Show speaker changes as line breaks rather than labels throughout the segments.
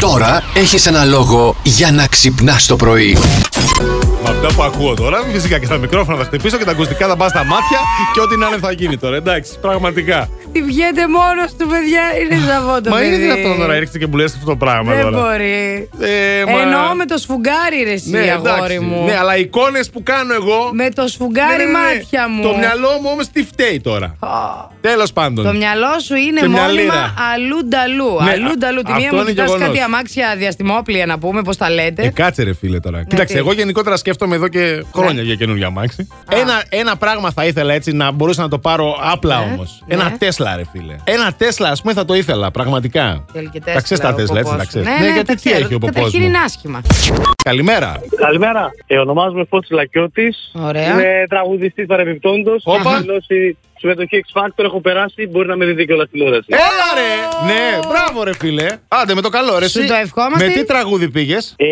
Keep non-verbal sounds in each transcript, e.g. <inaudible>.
Τώρα έχεις ένα λόγο για να ξυπνάς το πρωί.
Με αυτά που ακούω τώρα, φυσικά και τα μικρόφωνα θα χτυπήσω και τα ακουστικά θα πά στα μάτια και ό,τι να είναι θα γίνει τώρα. Εντάξει, πραγματικά.
Τι βγαίνετε μόνος του, παιδιά, είναι ζαβό το
Μα είναι
παιδί.
δυνατόν τώρα έρχεται και μου λες αυτό το πράγμα
Δεν
τώρα.
μπορεί.
Ε, μα-
Εννοώ με το σφουγγάρι, ρε, εσύ, αγόρι μου.
Ναι, αλλά οι εικόνες που κάνω εγώ.
Με το σφουγγάρι
Ναι, ναι, ναι.
μάτια μου.
Το μυαλό μου όμως τι φταίει τώρα. Τέλος πάντων.
Το μυαλό σου είναι
Και μια λίρα.
μόνιμα αλλού νταλού.
Ναι,
αλλού νταλού. Τη
αυτό
μία μου
είναι
κοιτάς
γεγονός.
κάτι αμάξια διαστημόπλια να πούμε, πώς τα λέτε.
Ε, κάτσε ρε φίλε τώρα. Κοίταξε,
Ναι, τι? Ναι.
εγώ γενικότερα σκέφτομαι εδώ και χρόνια για καινούργια μάξι. Ένα, ένα πράγμα θα ήθελα έτσι να μπορούσα να το πάρω απλά
Ναι,
όμως.
ναι.
Ένα Τέσλα, ρε φίλε. Ένα Τέσλα, ας πούμε, θα το ήθελα πραγματικά.
Θέλει και
Τα ξέρεις
Tesla
τα
ο
Τέσλα, έτσι
ποπός
τα
σου.
ξέρεις.
Ναι, ναι, τα
γιατί τι
ξέρω.
έχει ο
Τα
ποπό.
ταχύρι είναι άσχημα.
Καλημέρα.
Καλημέρα. Ε, ονομάζομαι Φώτης Λακιώτης.
Ωραία.
Είμαι τραγουδιστής παρεμπιπτόντος.
Όπα.
Έχω δηλώσει συμμετοχή X Factor, έχω περάσει, μπορεί να με δείτε κιόλας τηλεόραση.
Ε.
Έλα ρε! Ναι, μπράβο ρε φίλε. Άντε με το καλό ρε.
Σου
εσύ.
το ευχόμαστε.
Με τι τραγούδι πήγες.
Ε,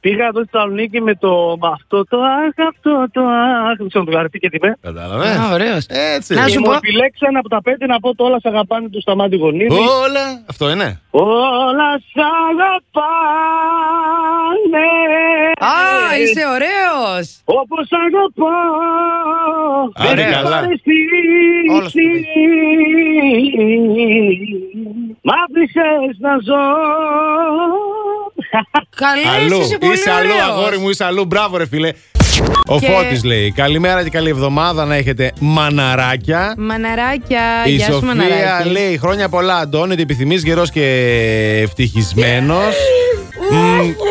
πήγα εδώ στη Θεσσαλονίκη με το με αυτό το αχ, αυτό το αχ. Δεν ξέρω το γαρτί και τι με.
Α,
Κατάλαβε.
Ωραίος.
Έτσι.
Να
ρε.
Και
σου
μου
πω-
επιλέξαν από τα πέντε να πω το όλα σ' αγαπάνε του Σταμάτη
Ε.
Γονίδη.
Όλα. Αυτό είναι.
Όλα σ' αγαπάνε.
Α,
Ε,
είσαι ωραίος.
Όπως αγαπώ.
Άντε
Ωραία.
καλά.
Όλο στο παιδί.
Μ' άφησες να ζω
Καλή είσαι πολύ
Είσαι αλλού,
ωραίος.
αγόρι μου, είσαι αλλού. Μπράβο, ρε φίλε. Ο
Και-
Φώτης λέει: Καλημέρα και καλή εβδομάδα να έχετε μαναράκια.
Μαναράκια,
Η
γεια σου
Σοφία
μαναράκι.
λέει: Χρόνια πολλά, Αντώνη, ότι επιθυμείς γερός και ευτυχισμένος.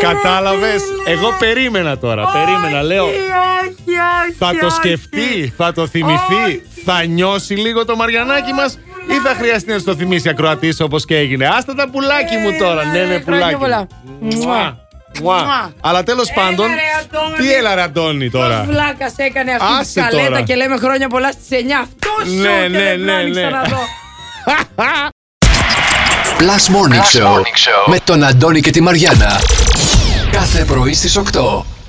Κατάλαβες. Εγώ περίμενα τώρα. Περίμενα, λέω.
Όχι, όχι, όχι,
Θα το
όχι. Ναι,
σκεφτεί, θα το θυμηθεί,
Όχι.
θα νιώσει λίγο το Μαριανάκι μας ή θα χρειαστεί να στο θυμίσει ακροατής όπως και έγινε. Άστα τα πουλάκι μου τώρα.
Έλα,
Ναι, ναι,
ρε,
πουλάκι.
Ε, χρόνια πολλά.
μου. Μουά, Μουά.
Μουά.
Αλλά τέλος
Έλα,
πάντων.
ρε, Αντώνη.
Τι έλα, ρε, Αντώνη τώρα.
Βλάκας έκανε αυτή
Άσε
τη καλέτα
τώρα.
και λέμε χρόνια πολλά στις 9. Αυτό σου
Ναι,
και
ναι,
δεν
ναι,
πλάνη
ναι.
ξαναδώ.
<laughs>
Plus Morning, Show, με τον Αντώνη και τη Μαριάνα. Κάθε πρωί στις 8.